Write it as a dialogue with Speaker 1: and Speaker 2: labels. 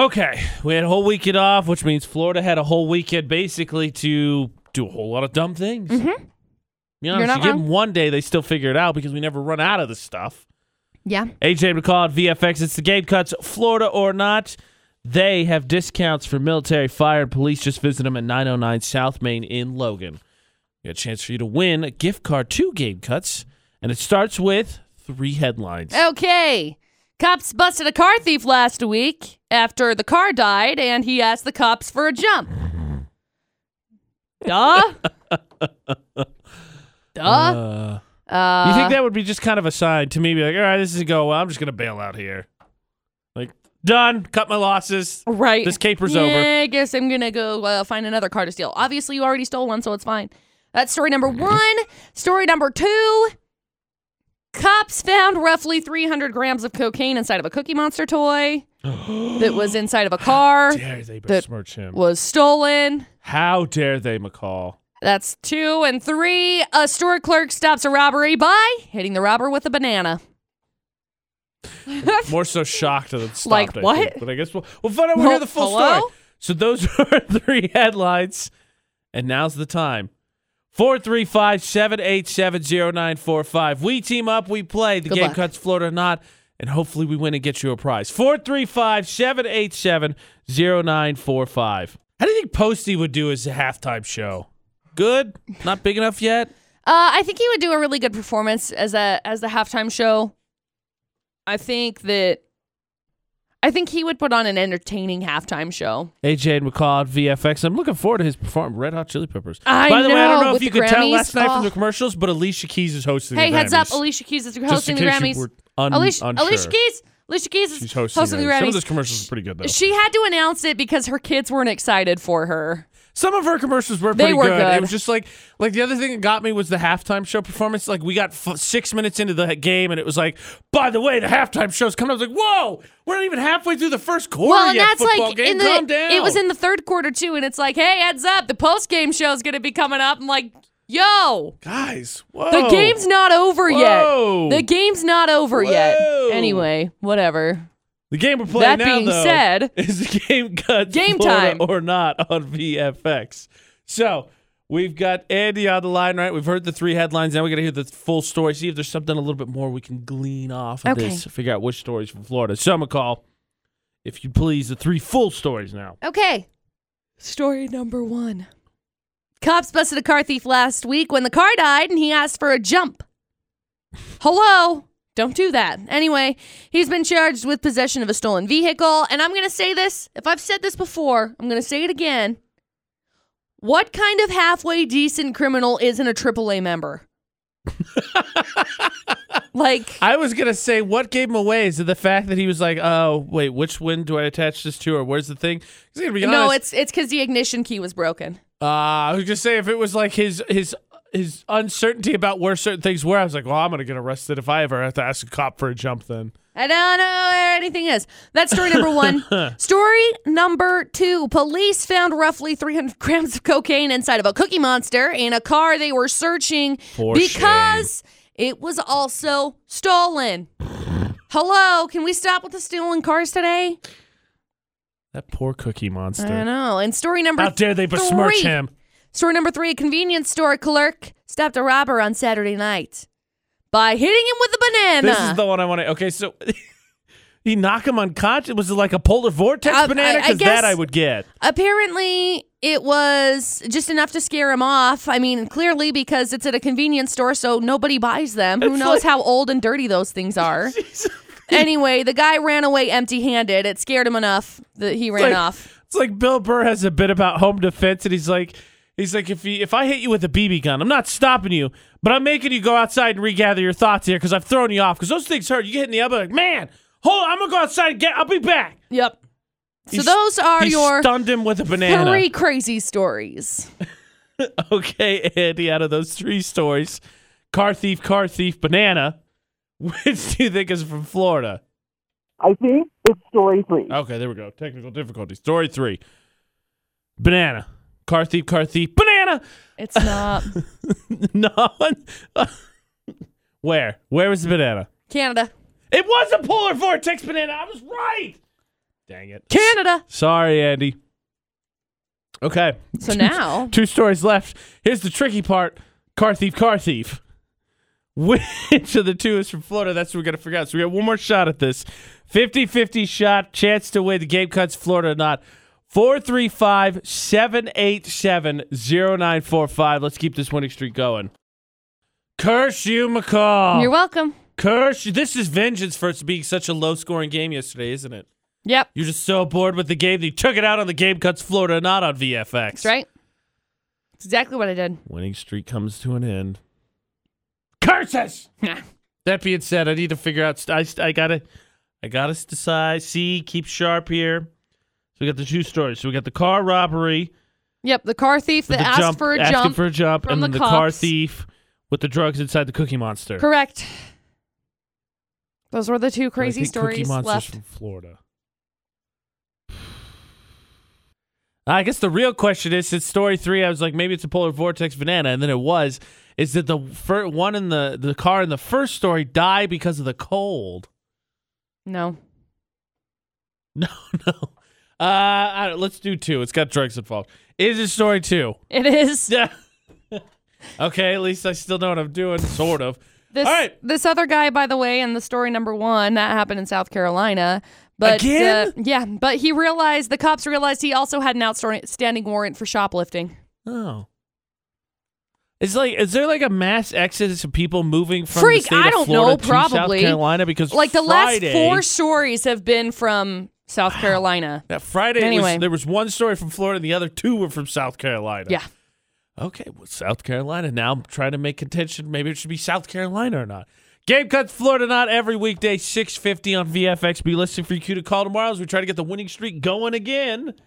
Speaker 1: Okay, we had a whole weekend off, which means Florida had a whole weekend basically to do a whole lot of dumb things.
Speaker 2: Mhm.
Speaker 1: You know,
Speaker 2: You're
Speaker 1: if
Speaker 2: not
Speaker 1: you give
Speaker 2: wrong.
Speaker 1: them one day, they still figure it out because we never run out of this stuff.
Speaker 2: Yeah.
Speaker 1: AJ McCall at VFX, it's the Game Cuts, Florida or not. They have discounts for military, fire, and police. Just visit them at 909 South Main in Logan. You got a chance for you to win a gift card to Game Cuts, and it starts with three headlines.
Speaker 2: Oh. Okay. Cops busted a car thief last week after the car died and he asked the cops for a jump. Duh. Duh.
Speaker 1: Uh,
Speaker 2: Uh,
Speaker 1: You think that would be just kind of a sign to me, be like, all right, this is go well. I'm just gonna bail out here. Like, done. Cut my losses.
Speaker 2: right.
Speaker 1: This caper's
Speaker 2: yeah,
Speaker 1: over.
Speaker 2: I guess I'm going to go uh, find another car to steal. Obviously, you already stole one, so it's fine. That's story number
Speaker 1: Mm-hmm.
Speaker 2: one. Story number two cops found roughly 300 grams of cocaine inside of a Cookie Monster toy that was inside of a car,
Speaker 1: Dare they
Speaker 2: That-
Speaker 1: besmirch him?
Speaker 2: was stolen.
Speaker 1: How dare they, McCall?
Speaker 2: That's two and three. A store clerk stops a robbery by hitting the robber with a banana.
Speaker 1: More so shocked than stopped.
Speaker 2: Like,
Speaker 1: I think.
Speaker 2: what?
Speaker 1: But I guess we'll we'll find out when we hear the full
Speaker 2: Hello?
Speaker 1: story. So those are three headlines, and now's the time. 435-787-0945. We team up, we play. The
Speaker 2: Good
Speaker 1: game
Speaker 2: luck.
Speaker 1: cuts Florida or not, and hopefully we win and get you a prize. 435-787-0945. How do you think Posty would do his halftime show? Good? Not big enough yet?
Speaker 2: Uh, I think he would do a really good performance as a as the halftime show. I think that I think he would put on an entertaining halftime show.
Speaker 1: AJ and McCall at VFX. I'm looking forward to his performance. Red Hot Chili Peppers.
Speaker 2: I
Speaker 1: By the way, I don't
Speaker 2: know,
Speaker 1: know if
Speaker 2: with
Speaker 1: you
Speaker 2: the
Speaker 1: could tell
Speaker 2: Grammys.
Speaker 1: last night from
Speaker 2: Oh.
Speaker 1: the commercials, but Alicia Keys is hosting.
Speaker 2: Hey,
Speaker 1: the
Speaker 2: heads up,
Speaker 1: Grammys.
Speaker 2: Alicia Keys is
Speaker 1: Just
Speaker 2: hosting
Speaker 1: in
Speaker 2: the
Speaker 1: case you
Speaker 2: Grammys.
Speaker 1: were un-
Speaker 2: Alicia,
Speaker 1: unsure.
Speaker 2: Alicia Keys, Alicia Keys is
Speaker 1: She's hosting,
Speaker 2: the
Speaker 1: Some
Speaker 2: Grammys.
Speaker 1: of those commercials are pretty good though.
Speaker 2: She had to announce it because her kids weren't excited for her.
Speaker 1: Some of her commercials were
Speaker 2: They
Speaker 1: pretty
Speaker 2: were
Speaker 1: good. It
Speaker 2: good.
Speaker 1: was just like, like the other thing that got me was the halftime show performance. Like we got f- six minutes into the game, and it was like, by the way, the halftime show's coming. I was like, whoa, we're not even halfway through the first quarter
Speaker 2: Well, and
Speaker 1: yet.
Speaker 2: that's
Speaker 1: football
Speaker 2: like
Speaker 1: game,
Speaker 2: in the
Speaker 1: calm down.
Speaker 2: it was in the third quarter too, and it's like, hey, heads up, the post game show is gonna be coming up. I'm like, yo,
Speaker 1: guys. Whoa,
Speaker 2: the game's not over
Speaker 1: Whoa.
Speaker 2: yet. The game's not over yet.
Speaker 1: Whoa.
Speaker 2: Anyway, whatever.
Speaker 1: The game we're playing
Speaker 2: That
Speaker 1: now,
Speaker 2: being
Speaker 1: though,
Speaker 2: said-
Speaker 1: is the game cuts
Speaker 2: Game
Speaker 1: Florida
Speaker 2: time.
Speaker 1: or not on VFX. So we've got Andy on the line, right? We've heard the three headlines. Now we got to hear the full story. See if there's something a little bit more we can glean off of
Speaker 2: Okay.
Speaker 1: this. Figure out which stories from Florida. So McCall, if you please, the three full stories now.
Speaker 2: Okay. Story number one. Cops busted a car thief last week when the car died and he asked for a jump. Hello? Don't do that. Anyway, he's been charged with possession of a stolen vehicle. And I'm going to say this if I've said this before, I'm going to say it again. What kind of halfway decent criminal isn't a AAA member? like,
Speaker 1: I was gonna say what gave him away is the fact that he was like, "Oh, wait, which win do I attach this to, or where's the thing?" 'Cause I'm gonna be
Speaker 2: no,
Speaker 1: honest,
Speaker 2: it's it's because the ignition key was broken.
Speaker 1: Uh, I was just saying, if it was like his his his uncertainty about where certain things were, I was like, well, I'm gonna get arrested if I ever have to ask a cop for a jump. Then
Speaker 2: I don't know where anything is. That's story number one. story number two police found roughly 300 grams of cocaine inside of a Cookie Monster in a car they were searching
Speaker 1: For
Speaker 2: because it was also stolen. Hello, can we stop with the stealing cars today?
Speaker 1: that poor cookie monster.
Speaker 2: I know. And story number
Speaker 1: How dare they besmirch
Speaker 2: three.
Speaker 1: him?
Speaker 2: Story number three a convenience store clerk stopped a robber on Saturday night by hitting him with a banana.
Speaker 1: This is the one I want to. Okay, so he knocked him unconscious. Was it like a polar vortex
Speaker 2: Uh,
Speaker 1: banana?
Speaker 2: I- I
Speaker 1: Because that
Speaker 2: guess-
Speaker 1: I would get.
Speaker 2: Apparently, it was just enough to scare him off. I mean, clearly because it's at a convenience store, so nobody buys them. Who
Speaker 1: It's like-
Speaker 2: knows how old and dirty those things are? anyway, the guy ran away empty-handed. It scared him enough that he ran
Speaker 1: like-
Speaker 2: off.
Speaker 1: It's like Bill Burr has a bit about home defense, and he's like, he's like, if he, if I hit you with a BB gun, I'm not stopping you, but I'm making you go outside and regather your thoughts here because I've thrown you off because those things hurt. You get in the elbow, like, man, hold on, I'm gonna go outside and get. I'll be back.
Speaker 2: Yep.
Speaker 1: He
Speaker 2: So those are
Speaker 1: he
Speaker 2: your
Speaker 1: stunned him with a banana.
Speaker 2: three crazy stories.
Speaker 1: Okay, Andy, out of those three stories, car thief, car thief, banana. Which do you think is from Florida?
Speaker 3: I think it's story three.
Speaker 1: Okay, there we go. Technical difficulty. Story three. Banana. Car thief, car thief, banana.
Speaker 2: It's not
Speaker 1: No. one- Where? Where was the banana?
Speaker 2: Canada.
Speaker 1: It was a polar vortex banana. I was right. Dang it.
Speaker 2: Canada.
Speaker 1: Sorry, Andy. Okay.
Speaker 2: So now,
Speaker 1: Two stories left. Here's the tricky part car thief, car thief. Which of the two is from Florida? That's what we got to figure out. So we got one more shot at this 50 50 shot, chance to win. The game cuts Florida or not. 435 787 0945. Let's keep this winning streak going. Curse you, McCall.
Speaker 2: you're welcome.
Speaker 1: Curse you. This is vengeance for it being such a low scoring game yesterday, isn't it?
Speaker 2: Yep.
Speaker 1: You're just so bored with the game that you took it out on the game cuts Florida, or not on VFX.
Speaker 2: That's right. That's exactly what I did.
Speaker 1: Winning streak comes to an end. Curses. That being said, I need to figure out. I, I gotta, I gotta decide. See, keep sharp here. So we got the two stories. So we got the car robbery,
Speaker 2: yep. The car thief
Speaker 1: with
Speaker 2: that
Speaker 1: the
Speaker 2: asked
Speaker 1: jump,
Speaker 2: for a
Speaker 1: asking
Speaker 2: jump.
Speaker 1: for a jump,
Speaker 2: from
Speaker 1: and
Speaker 2: the
Speaker 1: then the car
Speaker 2: cops.
Speaker 1: thief with the drugs inside the Cookie Monster. But
Speaker 2: Correct. Those were the two
Speaker 1: I
Speaker 2: crazy
Speaker 1: think Cookie
Speaker 2: stories
Speaker 1: Monster's
Speaker 2: left.
Speaker 1: from Florida. I guess the real question is: since story three, I was like, maybe it's a polar vortex banana, and then it was. Is that the fir- one in the the car in the first story die because of the cold?
Speaker 2: No.
Speaker 1: No, no. Uh, I don't- let's do two. It's got drugs involved. Is it story two?
Speaker 2: It is.
Speaker 1: Yeah. okay, at least I still know what I'm doing, sort of.
Speaker 2: This
Speaker 1: All right.
Speaker 2: this other guy, by the way, in the story number one that happened in South Carolina. But
Speaker 1: Again?
Speaker 2: uh, yeah, but he realized the cops realized he also had an outstanding warrant for shoplifting.
Speaker 1: Oh. It's like, is there like a mass exodus of people moving from
Speaker 2: Freak,
Speaker 1: the state
Speaker 2: I
Speaker 1: of
Speaker 2: don't
Speaker 1: Florida
Speaker 2: know,
Speaker 1: to South
Speaker 2: probably.
Speaker 1: Carolina because
Speaker 2: Like the
Speaker 1: Friday,
Speaker 2: last four stories have been from South Carolina.
Speaker 1: That Friday,
Speaker 2: Anyway.
Speaker 1: was, there was one story from Florida, and the other two were from South Carolina.
Speaker 2: Yeah.
Speaker 1: Okay, well, South Carolina. Now I'm trying to make contention. Maybe it should be South Carolina or not. Game cuts Florida not every weekday, 650 on VFX. Be listening for your cue to call tomorrow as we try to get the winning streak going again.